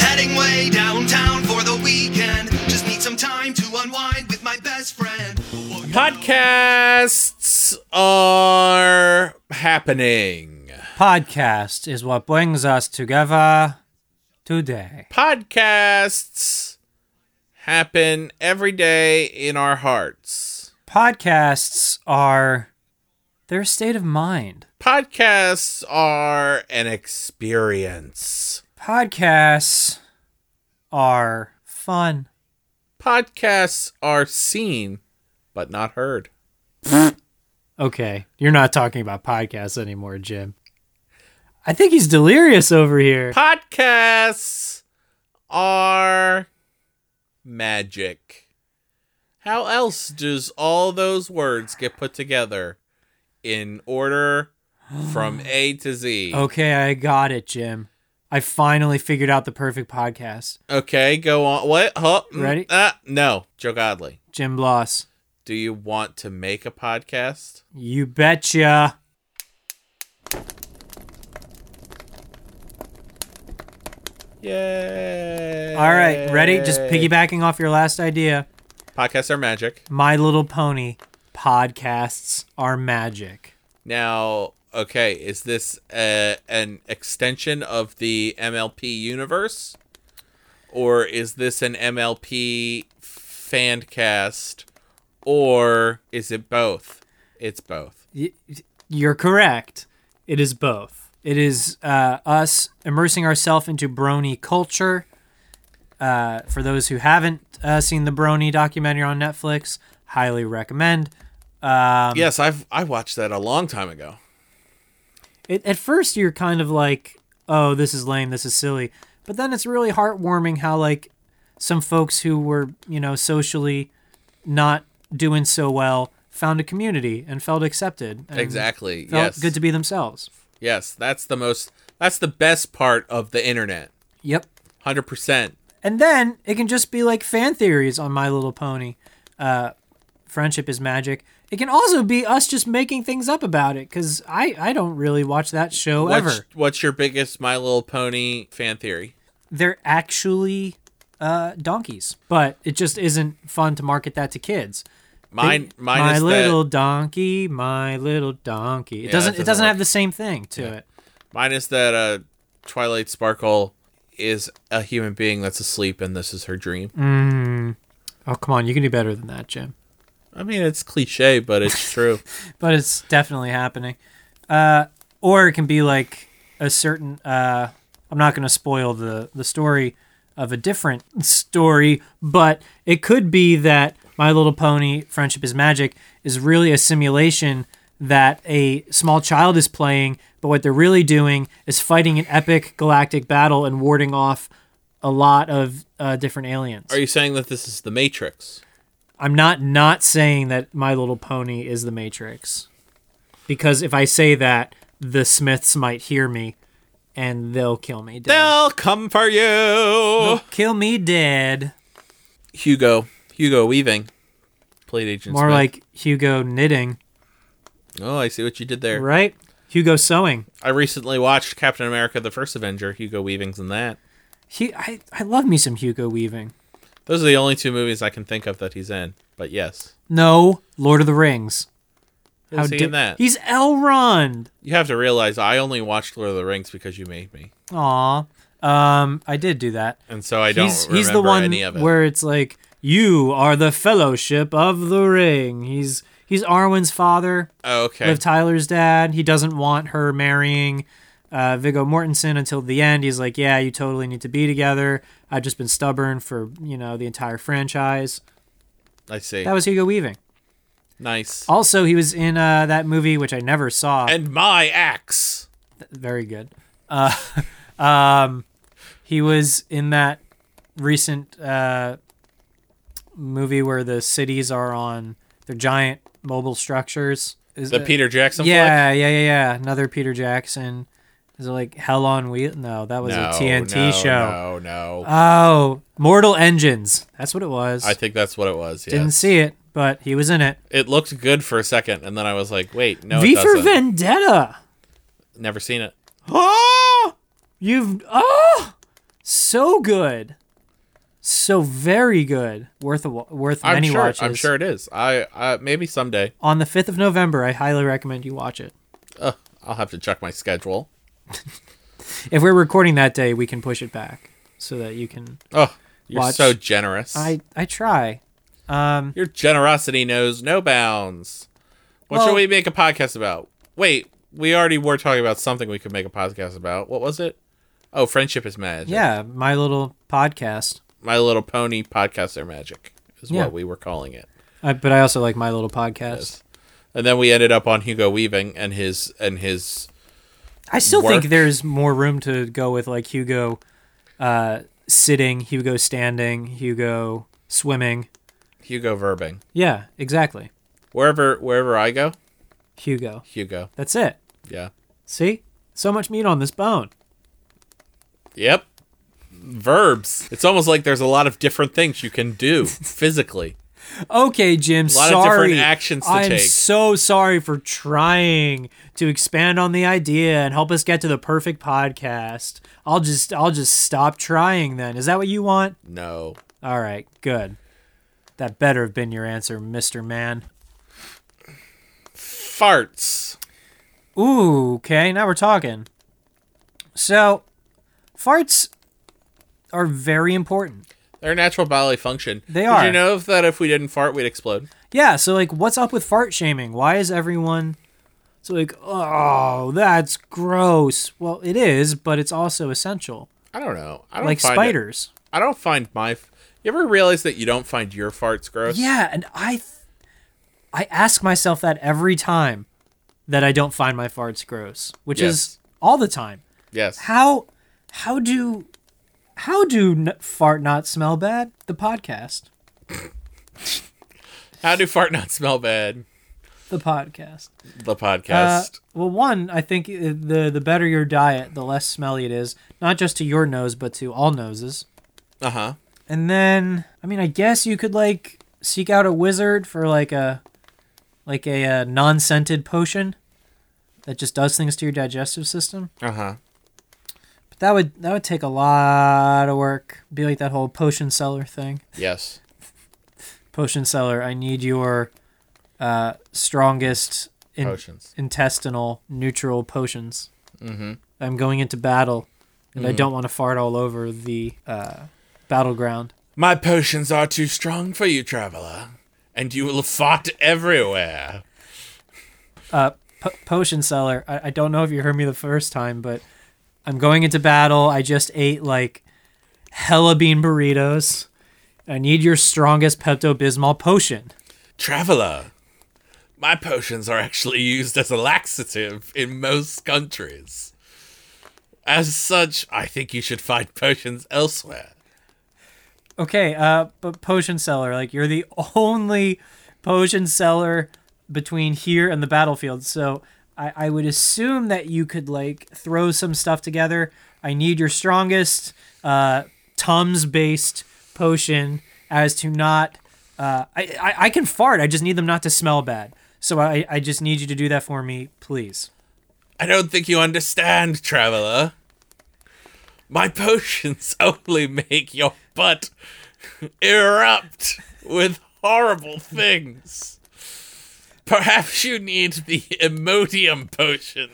Heading way downtown for the weekend. Just need some time to unwind with my best friend. Podcasts are happening. Podcast is what brings us together today. Podcasts happen every day in our hearts. Podcasts are their state of mind. Podcasts are an experience. Podcasts are fun. Podcasts are seen but not heard. Okay, you're not talking about podcasts anymore, Jim. I think he's delirious over here. Podcasts are magic. How else does all those words get put together in order from A to Z? Okay, I got it, Jim. I finally figured out the perfect podcast. Okay, go on. What? Huh? Mm, Ready? Ah, no, Joe Godley. Jim Bloss, Do you want to make a podcast? you betcha. Yay! All right, ready? Just piggybacking off your last idea. Podcasts are magic. My Little Pony podcasts are magic. Now, okay, is this uh an extension of the MLP universe, or is this an MLP fan cast, or is it both? It's both. Y- You're correct. It is both. It is uh, us immersing ourselves into brony culture. Uh, for those who haven't uh, seen the brony documentary on Netflix, highly recommend. Um, yes, I've I watched that a long time ago. Mm-hmm. It, at first, you're kind of like, oh, this is lame, this is silly. But then it's really heartwarming how, like, some folks who were, you know, socially not doing so well found a community and felt accepted. And Exactly. Felt yes. Oh, good to be themselves. Yes, that's the most. That's the best part of the internet. Yep. Hundred percent. And then it can just be like fan theories on My Little Pony. Uh, friendship is magic. It can also be us just making things up about it because I, I don't really watch that show What's, ever. what's your biggest My Little Pony fan theory? They're actually uh, donkeys, but it just isn't fun to market that to kids. Mine. mine my is little donkey, my little donkey. It that doesn't. It doesn't doesn't work. have the same thing to it. that. Mine is that. Uh, Twilight Sparkle is a human being that's asleep, and this is her dream. Oh come on, you can do better than that, Jim. I mean, it's cliche, but it's true. but it's definitely happening. Uh, or it can be like a certain. Uh, I'm not going to spoil the the story of a different story, but it could be that My Little Pony: Friendship is Magic is really a simulation that a small child is playing, but what they're really doing is fighting an epic galactic battle and warding off a lot of uh, different aliens. Are you saying that this is the Matrix? I'm not not saying that My Little Pony is the Matrix, because if I say that, the Smiths might hear me, and they'll kill me dead. They'll come for you, They'll kill me dead. Hugo. Hugo Weaving, played Agent. More Smith. like Hugo knitting, Oh, I see what you did there. right? Hugo sewing. I recently watched Captain America: The First Avenger. Hugo Weaving's in that. He, I, I love me some Hugo weaving. Those are the only two movies I can think of that he's in. But yes. No, Lord of the Rings. Who's he in that? He's Elrond. You have to realize I only watched Lord of the Rings because you made me, Aw. Um, I did do that. and so I don't he's, remember he's the one any of it. where it's like you are the fellowship of the ring. He's he's Arwen's father, oh, okay. Liv Tyler's dad. He doesn't want her marrying uh, Viggo Mortensen until the end. He's like, yeah, you totally need to be together. I've just been stubborn for you know the entire franchise. I see. That was Hugo Weaving. nice. Also, he was in uh, that movie which I never saw. and my axe. Very good. Uh, um, he was in that recent uh, movie where the cities are on they're giant mobile structures. Is The it- Peter Jackson yeah, yeah, yeah, yeah. Another Peter Jackson. Is it like Hell on Wheel? No, that was flick? a No, TNT no, show. No, no. Oh, Mortal Engines. That's what it was. I think that's what it was. Yes. Didn't see it, but he was in it. It looked good for a second, and then I was like, "Wait, no, it V for doesn't. Vendetta. Never seen it. Oh, you've oh, so good, so very good. Worth a wa- worth I'm many sure. watches. I'm sure it is. I, I maybe someday On the fifth of November, I highly recommend you watch it. I'll have to check my schedule. If we're recording that day, we can push it back so that you can. Oh, you're Watch. so generous. I I try. Um, Your generosity knows no bounds. What Well- should we make a podcast about? Wait, we already were talking about something we could make a podcast about. What was it? Oh, friendship is magic. yeah, my little podcast. My Little Pony podcasts are magic is Yeah. what we were calling it. I, but I also like my little podcast. And then we ended up on Hugo Weaving and his and his I still work. think there's more room to go with like Hugo uh, sitting, Hugo standing, Hugo swimming. Hugo Verbing. Yeah, exactly. Wherever wherever I go, Hugo. Hugo. That's it. Yeah. See? So much meat on this bone. Yep. Verbs. It's almost like there's a lot of different things you can do physically. Okay, Jim, lot of sorry. different actions to I'm take. so sorry for trying to expand on the idea and help us get to the perfect podcast. I'll just I'll just stop trying then. Is that what you want? No. All right, good. That better have been your answer, Mr. Man. Farts. Ooh, okay, now we're talking. So, farts are very important. They're a natural bodily function. They Did are. you know that if we didn't fart, we'd explode? Yeah, so like what's up with fart shaming? Why is everyone so like, oh, that's gross. Well, it is, but it's also essential. I don't know. I don't Like find it- spiders. I don't find my. F- you ever realize that you don't find your farts gross? Yeah, and I th- I ask myself that every time that I don't find my farts gross, which is Yes. all the time. Yes. How how do how do n- fart not smell bad? The podcast. How do fart not smell bad? The podcast. The Uh, podcast. well, one, I think uh, the the better your diet, the less smelly it is, not just to your nose, but to all noses. Uh huh. And then, I mean, I guess you could like seek out a wizard for like a like a, uh non-scented potion that just does things to your digestive system. Uh huh. But that would that would take a lot of work. Be like that whole potion seller thing. Yes. Potion seller, I need your uh, strongest in- Potions. intestinal neutral potions. Mm-hmm. I'm going into battle, and I don't want to fart all over the uh, battleground. My potions are too strong for you, traveler, and you will fart everywhere. Po potion seller, I-, I don't know if you heard me the first time, but I'm going into battle. I just ate like hella bean burritos. I need your strongest Pepto Bismol potion. Traveler, my potions are actually used as a laxative in most countries. As such, I think you should find potions elsewhere. Okay, uh, but potion seller, like you're the only potion seller between here and the battlefield. So I, I would assume that you could like throw some stuff together. I need your strongest uh, Tums based potion as to not. Uh, I, I I can fart. I just need them not to smell bad. So I I just need you to do that for me, please. I don't think you understand, traveler. My potions only make your butt erupt with horrible things. Perhaps you need the Imodium potion.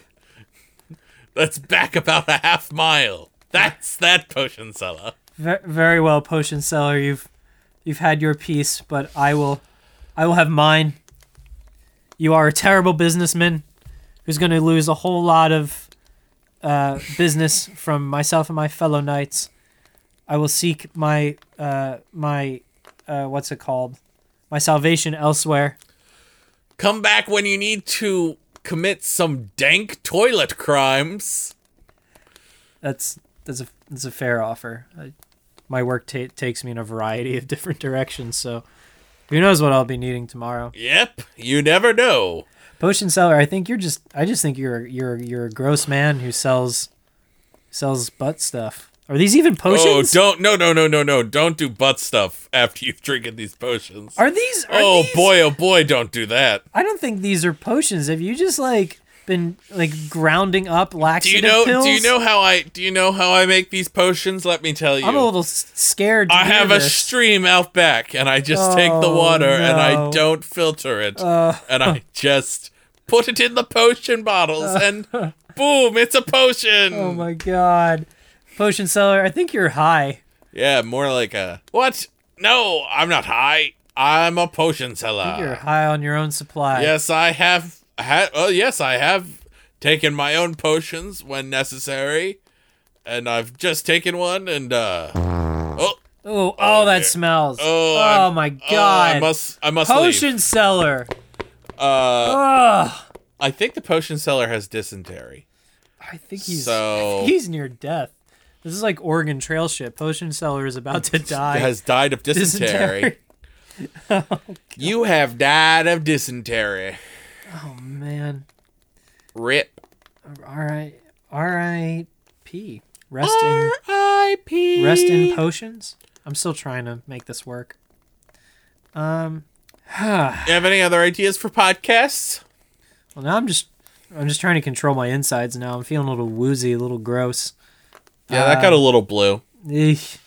That's back about a half mile. That's that potion seller. Ve- very well, potion seller. You've you've had your piece, but I will I will have mine. You are a terrible businessman who's going to lose a whole lot of uh, business from myself and my fellow knights. I will seek my uh, my uh, what's it called? My salvation elsewhere. Come back when you need to commit some dank toilet crimes. That's that's a that's a fair offer. I, my work ta takes me in a variety of different directions, so who knows what I'll be needing tomorrow. Yep, you never know. Potion seller, I think you're just I just think you're you're you're a gross man who sells sells butt stuff. Are these even Oh, potions? don't no no no no no! Don't do butt stuff after you've drinking these potions. are these are oh these- boy, oh boy! Don't do that. I don't think these are potions. Have you just like been like grounding up Do you laxative know? pills? Do you know how I? Do you know how I make these potions? Let me tell you. I'm a little s- scared to I hear have a this. stream out back, and I just take the Oh, water and I no. Uh. don't filter it, and I just put it in the potion bottles, and boom, it's a potion. Oh my god. Potion seller, I think you're high. Yeah, more like a what? No, I'm not high. I'm a potion You're seller. high on your own supply. Yes, I have had. Oh, yes, I have taken my own potions when necessary, and I've just taken one, and uh, oh, Ooh, oh, that yeah. smells. oh, Oh, I'm- my oh, god. I must, I must leave. Potion seller. Uh, I think the potion seller has dysentery. I think he's So- he's near death. This is like Oregon Trail shit. Potion seller is about to die. has died of dysentery. Dysentery. you have died of dysentery. Oh man. Rip. All right. R I P. Rest R.I.P. in rest in potions. I'm still trying to make this work. You have any other ideas for podcasts? Well, now I'm just I'm just trying to control my insides now. I'm feeling a little woozy, a little gross. Yeah, Uh, that got a little blue. Eek.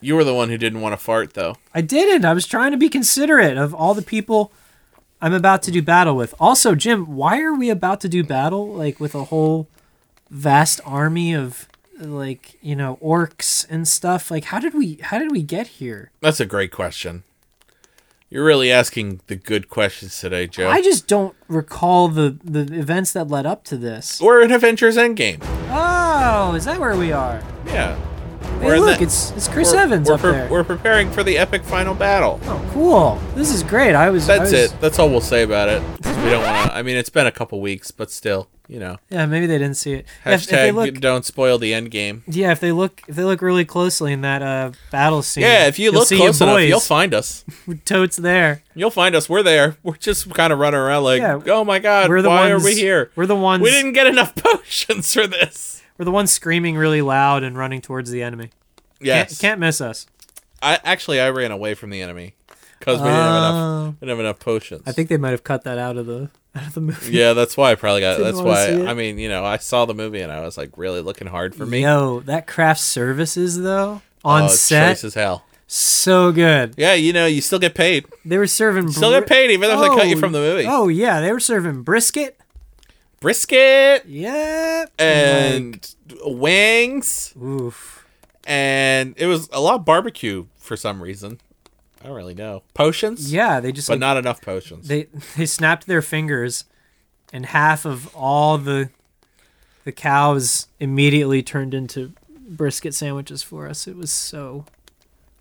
You were the one who didn't want to fart, though. I didn't. I was trying to be considerate of all the people I'm about to do battle with. Also, Jim, why are we about to do battle like with a whole vast army of like, you know, orcs and stuff? Like how did we how did we get here? That's a great question. You're really asking the good questions today, Joe. I just don't recall the the events that led up to this. We're in Avengers Endgame. Oh, is that where we are? Yeah. Hey, We're in look, the- it's it's Chris we're- Evans we're up pre- there. We're preparing for the epic final battle. Oh, cool. This is great. I was I That's was- it. That's all we'll say about it. We don't want to. I mean, it's been a couple weeks, but still, you know. Yeah, maybe they didn't see it. Yeah, if- if they Hashtag look- Mm. don't spoil the end game. Yeah, if they look if they look really closely in that uh battle scene. Yeah, if you you'll look see close your enough, boys you'll find us. with totes there. You'll find us. We're there. We're just kind of running around like, Yeah, oh my god, We're the why ones are we here? We're the ones we didn't get enough potions for this. we're the ones screaming really loud and running towards the enemy. Can't, Yes. can't miss us. I actually I ran away from the enemy because we didn't have enough. We didn't have enough potions. Oh. I think they might have cut that out of the out of the movie. Yeah, that's why I probably got. Didn't That's wanna why see it. I mean, you know, I saw the movie and I was like really looking hard for me. Yo, that craft services though Oh, on it's set choice as hell. so good. Yeah, you know, you still get paid. They were serving Still get paid even if they cut you from the movie. Oh yeah, they were serving brisket. Brisket Yeah. and wings, oof. and it was a lot of barbecue for some reason. I don't really know potions. Yeah, they just but like, not enough potions. they they snapped their fingers and half of all the the cows immediately turned into brisket sandwiches for us it was so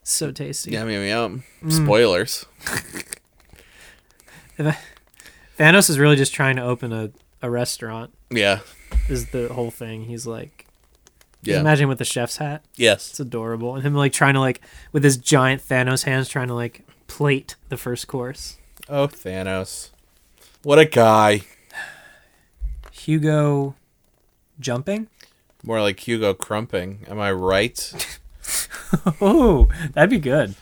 so tasty yeah, I mean, um, Hmm. spoilers. thanos is really just trying to open a, a restaurant Yeah, is the whole thing he's like yeah, imagine with the chef's hat it's yes. adorable and him like trying to like with his giant thanos hands trying to like plate the first course Oh, Thanos, what a guy! hugo jumping More like Hugo Crumping. Am I right? oh that'd be good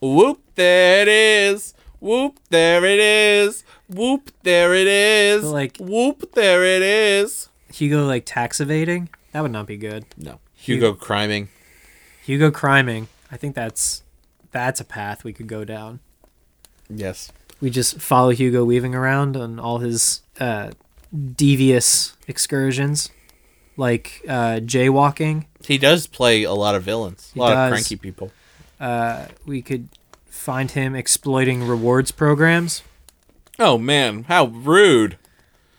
Whoop! There it is. Whoop! There it is. Whoop! There it is. Like- whoop! There it is. hugo like tax evading that would not be good No, Hugo criming. Hugo criming. I think that's that's a path we could go down. Yes. we just follow Hugo Weaving around on all his uh, devious excursions, like uh, jaywalking. He does play a lot of villains, a lot does. of cranky people. We could find him exploiting rewards programs. Oh man, how rude!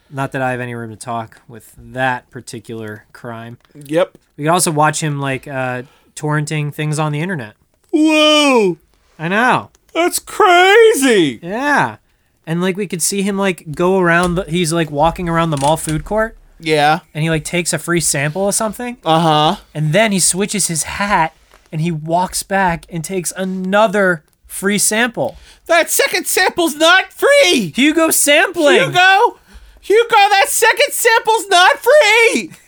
Not that I have any room to talk with that particular crime. Yep. We could also watch him like uh, torrenting things on the internet. Whoa, I know. that's crazy. Yeah. And like we could see him like go around the, he's like walking around the mall food court Yeah. and he like takes a free sample of something Uh huh. and then he switches his hat and he walks back and takes another free sample. That second sample's not free. Hugo sampling. Hugo, Hugo, that second sample's not free.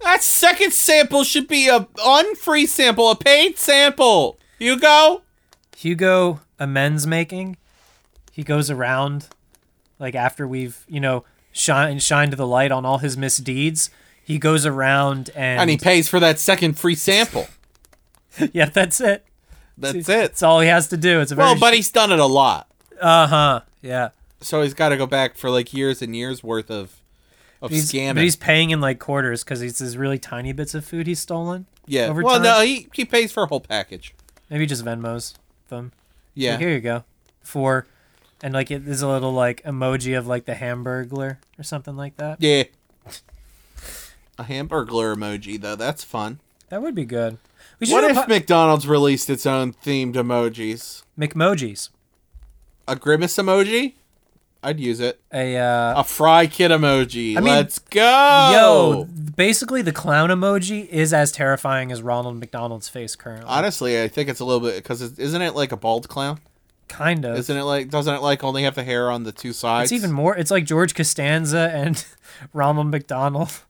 that second sample should be a unfree sample, a paid sample. Hugo. Hugo amends making. He goes around, like after we've you know shine shined the light on all his misdeeds. He goes around and, And he pays for that second free sample. yeah, that's it. That's That's it. all he has to do. It's a very Well, but he's done it a lot, uh huh yeah. so he's got to go back for like years and years worth of of He's, scamming. but he's paying in like quarters because he's these really tiny bits of food he's stolen. yeah. over well, time. no, he he pays for a whole package. Maybe just Venmos them. Yeah. Like, Here you go. Four. And like it, there's a little like emoji of like the Hamburglar or something like that. Yeah. A hamburglar emoji, though. That's fun. That would be good. We should What do if a po- McDonald's released its own themed emojis? McMojis. A grimace emoji? I'd use it. A uh, A fry kid emoji. mean- Let's go. yo. Basically, the clown emoji is as terrifying as Ronald McDonald's face currently. Honestly, I think it's a little bit because isn't it like a bald clown? kind of. Isn't it like doesn't it like only have the hair on the two it's sides? even more. It's like George Costanza and Ronald McDonald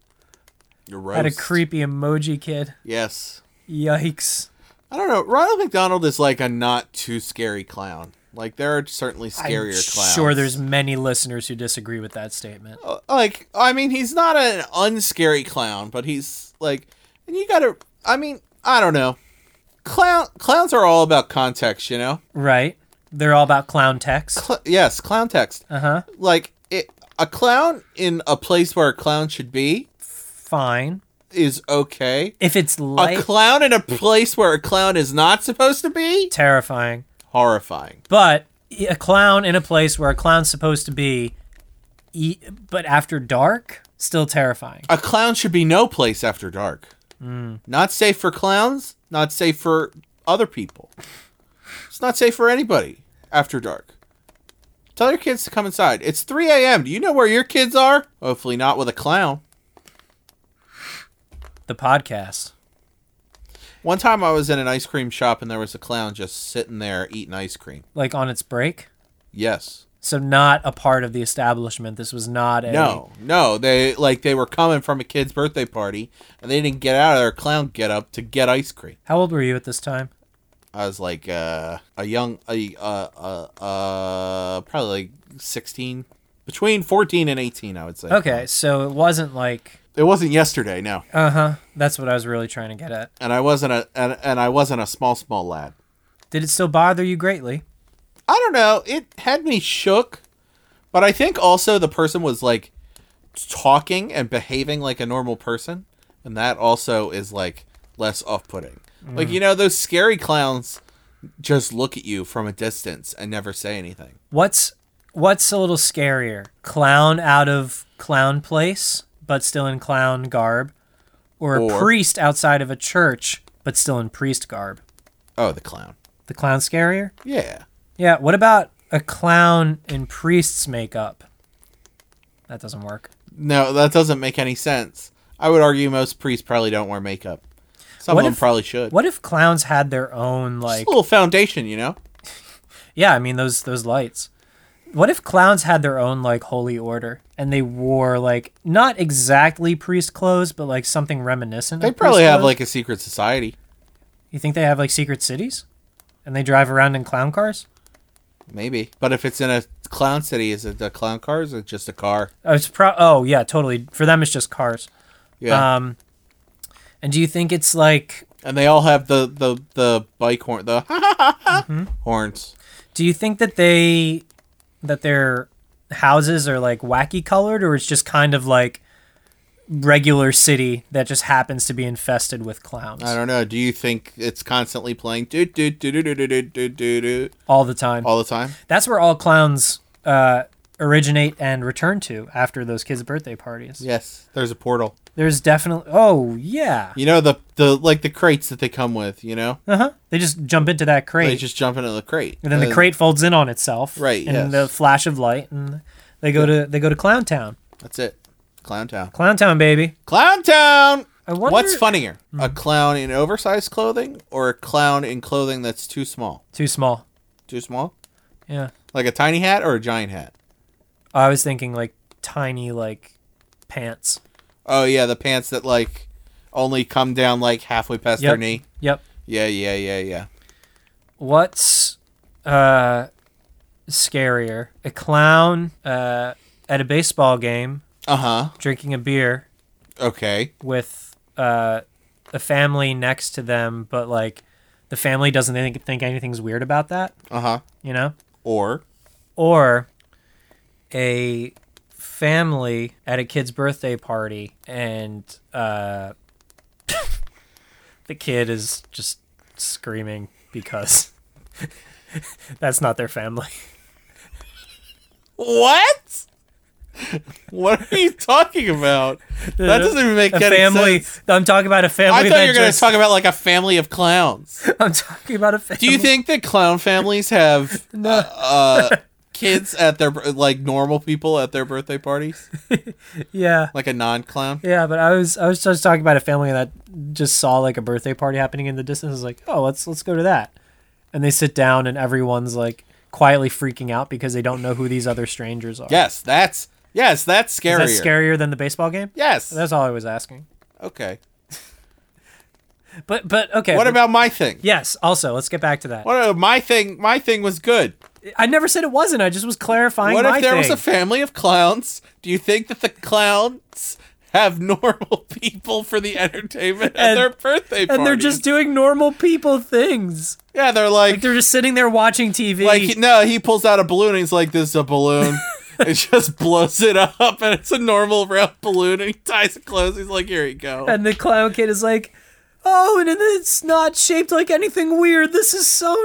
You're had a creepy emoji kid. Yes. Yikes. I don't know. Ronald McDonald is like a not too scary clown. Like there are certainly scarier clowns. Oh. Sure, there's many listeners who disagree with that statement. like I mean he's not an unscary clown, but he's like and you gotta I mean, I don't know. Clown clowns are all about context, you know? Right? They're all about clown text. Cl- yes, clown text. Uh huh. Like it, a clown in a place where a clown should be Fine. is okay. If it's light, a clown in a place where a clown is not supposed to be terrifying. horrifying. But a clown in a place where a clown's supposed to be, e- but after dark, still terrifying. A clown should be no place after dark. Not safe for clowns, not safe for other people. It's not safe for anybody after dark. Tell your kids to come inside. It's 3 a.m. Do you know where your kids are? Hopefully not with a clown. The podcast. One time I was in an ice cream shop and there was a clown just sitting there eating ice cream. Like on its break. Yes. So, not a part of the establishment. This was not a. No, no. They like they were coming from a kid's birthday party and they didn't get out of their clown get up to get ice cream. How old were you at this time? I was like uh, a young, a uh, uh, uh, probably like sixteen, between fourteen and eighteen, I would say. Okay, so it wasn't like. It wasn't yesterday, no, Uh huh. That's what I was really trying to get at. and I wasn't a, and, and I wasn't a small, small lad. Did it still bother you greatly? I don't know. It had me shook, but I think also the person was like talking and behaving like a normal person, and that also is like less off-putting. Like you know, those scary clowns just look at you from a distance and never say anything. What's what's a little scarier? Clown out of clown place, but still in clown garb, or, a Or- priest outside of a church, but still in priest garb? Oh, the clown. The clown scarier? Yeah. Yeah, what about a clown in priest's makeup? That doesn't work. No, that doesn't make any sense. I would argue most priests probably don't wear makeup. Some What of them if- probably should. What if clowns had their own Just like a little foundation, you know? Yeah, I mean those those lights. What if clowns had their own like holy order and they wore like not exactly priest clothes, but like something reminiscent? They of priest probably have clothes? like a secret society. You think they have like secret cities? And they drive around in clown cars? Maybe. But if it's in a clown city, is it a clown car or is it just a car? Oh, it's pro- oh yeah, totally. For them, it's just cars. Yeah. Um, and do you think it's like? mm-hmm. and they all have the, the, the bike horn, the horns. Do you think that they that their houses are like wacky colored or it's just kind of like regular city that just happens to be infested with clowns I don't know. Do you think it's constantly playing do do do do do do do do do do all the time? all the time? That's where all clowns uh, originate and return to after those kids' birthday parties. Yes, there's a portal. There's definitely Oh, yeah. You know the the like the crates that they come with. You know Uh-huh. They just jump into that crate. they just jump into the crate, and then the Uh, crate folds in on itself. Right, And yes. the flash of light and they go to they go to Clown Town. That's it. Clown Town. Clown Town, baby. Clown Town. I wonder- Hmm. What's funnier, a clown in oversized clothing or a clown in clothing that's too small? Too small. Too small? Yeah. Oh, Like a tiny hat or a giant hat? I was thinking like tiny like pants. Oh yeah, the pants that like only come down like halfway past Yep. their knee. Yep. Yeah, yeah, yeah, yeah. What's uh scarier? A clown uh at a baseball game Uh huh. drinking a beer Okay. with uh a family next to them, but like the family doesn't think, think anything's weird about that, Uh huh. you know? Or Or a family at a kid's birthday party and uh the kid is just screaming because that's not their family. what? what are you talking about? That doesn't even make a any family. sense. I'm talking about a family. I thought that you were going to just- talk about like a family of clowns. I'm talking about a family. Do you think that clown families have uh, kids at their like normal people at their birthday parties, Yeah, like a non-clown? yeah. But I was I was just talking about a family that just saw like a birthday party happening in the distance. I was like, oh, let's let's go to that. And they sit down, and everyone's like quietly freaking out because they don't know who these other strangers are. Yes, that's yes, that's Is scarier. that scarier than the baseball game? Yes. That's all I was asking. okay. But but okay. What but- about my thing? Yes. Also, let's get back to that. What uh, my thing? My thing was good. I never said it wasn't. I just was clarifying. What my if there was thing. a family of clowns? Do you think that the clowns have normal people for the entertainment at And- their birthday party? and they're just doing normal people things. yeah, they're like, They're just sitting there watching TV. like no, he pulls out a balloon. and He's like, this is a balloon. and just blows it up, and it's a normal round balloon. And he ties it close. He's like, here you go. And the clown kid is like, "Oh, and it's not shaped like anything weird. This is so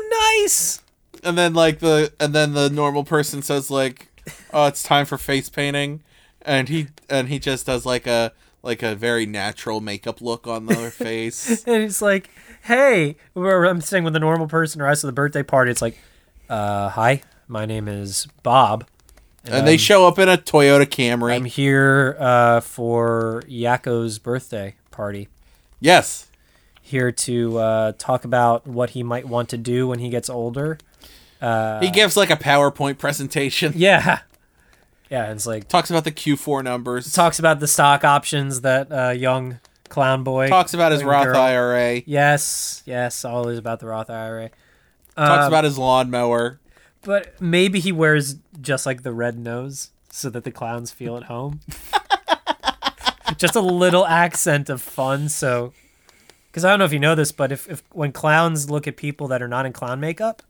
nice." and then like the and then the normal person says like oh it's time for face painting and he and he just does like a like a very natural makeup look on their face And it's like, "Hey," or I'm sitting with a normal person, or us at the birthday party. It's like, "Uh, hi, my name is Bob. and they show up in a toyota camry um, I'm here uh, for Yakko's birthday party. yes Here to uh, talk about what he might want to do when he gets older." Uh, he gives like a powerpoint presentation Yeah, yeah. It's like talks about the q4 numbers talks about the stock options that uh, young clown boy talks about his young roth girl- ira Yes, yes, always about the Roth IRA. Um, talks about his lawnmower But maybe he wears just like the red nose so that the clowns feel at home. just a little accent of fun, so because I don't know if you know this, but if, if when clowns look at people that are not in clown makeup,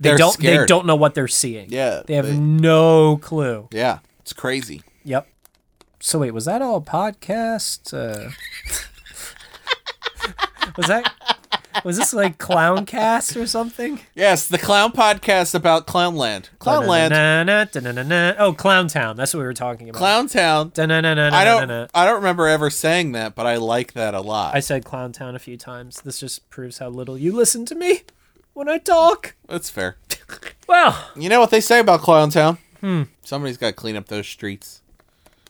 they They're don't they scared. don't know what they're seeing. Yeah, They have they- no clue. yeah it's crazy Yep. So wait, was that all podcast? Uh, was that was this like clown cast or something? yes the clown podcast about clownland clownland Na-na-na, da-na-na-na. Oh, Clown Town. That's what we were talking about. clown town Da-na-na-na, I na-na-na. don't. I don't remember ever saying that, but I like that a lot. I said Clown Town a few times. This just proves how little you listen to me when I talk. That's fair. Well, You know what they say about Clown Town? Hmm. Somebody's got to clean up those streets.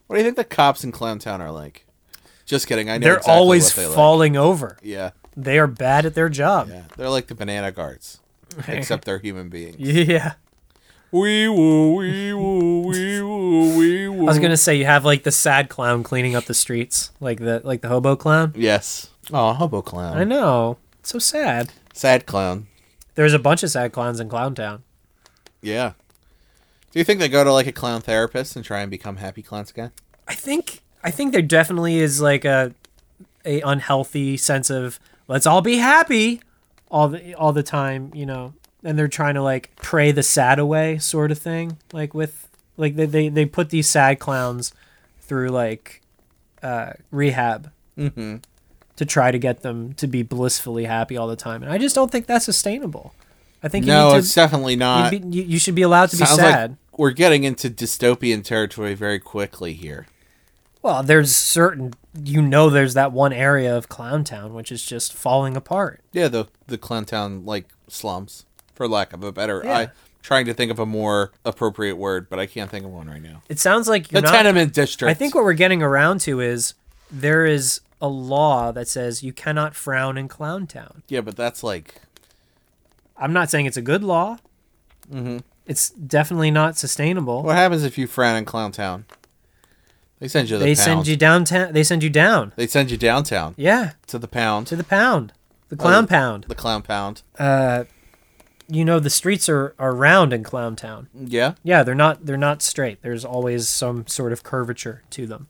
What do you think the cops in Clown Town are like? Just kidding. I know they're exactly always what they like. falling over. Yeah, They are bad at their job. yeah. They're like the banana guards, except they're human beings. Yeah. Wee woo, wee woo, wee woo, wee woo. I was gonna say you have like the sad clown cleaning up the streets, like the like the hobo clown. Yes. Oh, hobo clown. I know. So sad. Sad clown. There's a bunch of sad clowns in Clown Town. Yeah. Do you think they go to like a clown therapist and try and become happy clowns again? I think I think there definitely is like a a unhealthy sense of let's all be happy all the all the time, you know, and they're trying to like pray the sad away sort of thing like with like they they, they put these sad clowns through like uh rehab Mm-hmm. to try to get them to be blissfully happy all the time and i just don't think that's sustainable i think you No, need to, it's definitely not. you'd be, you, you should be allowed to be Sounds sad like we're getting into dystopian territory very quickly here. Well, there's certain you know there's that one area of Clowntown which is just falling apart. Yeah, the the Clowntown like slums, for lack of a better. Yeah. I trying to think of a more appropriate word, but I can't think of one right now. It sounds like you're the not, tenement district. I think what we're getting around to is there is a law that says you cannot frown in Clowntown. Yeah, but that's like I'm not saying it's a good law. Mm-hmm. It's definitely not sustainable. what happens if you frown in Clowntown. They send you to the they pound. send you downtown. They send you down. They send you downtown Yeah, to the pound, to the pound, the clown Oh. pound. Uh, the clown pound. You know the streets are are round in Clowntown. Yeah. Yeah, they're not they're not straight. There's always some sort of curvature to them.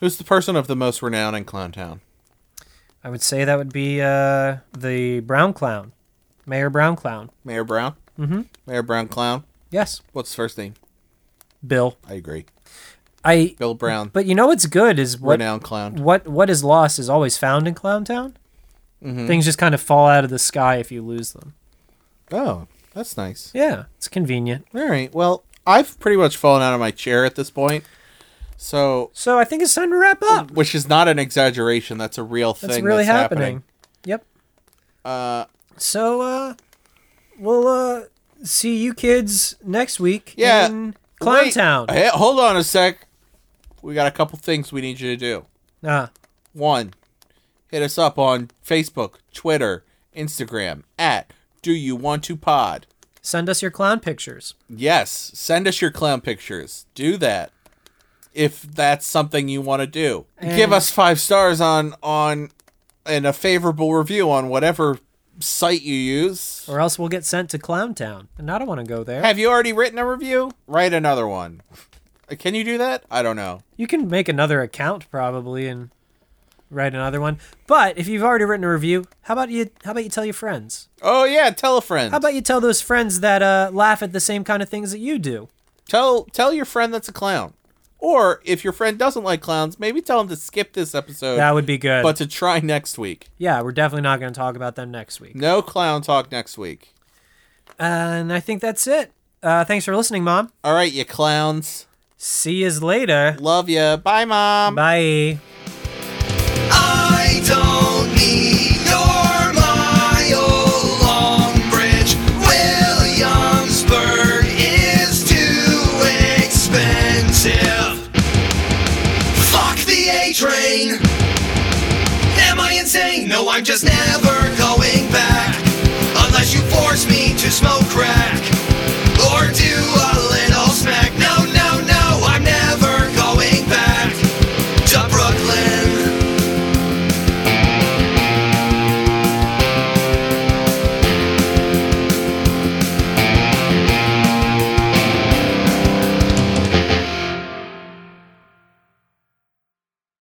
Who's the person of the most renown in Clowntown? I would say that would be uh, the Brown Clown, Mayor Brown Clown. Mayor Brown. Mm-hmm. Mayor Brown Clown. Yes, What's his first name? Bill. I agree. I. Bill Brown. But you know what's good is what renowned clown. what what is lost is always found in Clowntown. Mm-hmm. Things just kind of fall out of the sky if you lose them. Oh, that's nice. Yeah, it's convenient. All right. Well, I've pretty much fallen out of my chair at this point. So, So I think it's time to wrap up. which is not an exaggeration. That's a real thing. That's really that's happening. Yep. Uh. So uh, we'll uh see you kids next week. Yeah. In Wait, Clowntown. hey, hold on a sec. We got a couple things we need you to do. Ah, One, hit us up on Facebook, Twitter, Instagram at Do You Want to Pod. send us your clown pictures. Yes, send us your clown pictures. Do that if that's something you want to do. Give us five stars on on and a favorable review on whatever site you use. or else we'll get sent to Clowntown, and I don't want to go there. Have you already written a review? Write another one. Uh, Can you do that? I don't know. You can make another account probably and write another one. But if you've already written a review, how about you? How about you tell your friends? Oh yeah, tell a friend. How about you tell those friends that uh, laugh at the same kind of things that you do? tell tell your friend that's a clown. Or if your friend doesn't like clowns, maybe tell him to skip this episode, That would be good. but to try next week. yeah, we're definitely not going to talk about them next week. No clown talk next week. And I think that's it. Uh, thanks for listening, Mom. All right, you clowns. See yous later. Love ya. Bye, mom. Bye. I don't need your mile-long bridge. Williamsburg is too expensive. Fuck the A train. Am I insane? No, I'm just never going back. Unless you force me to smoke crack.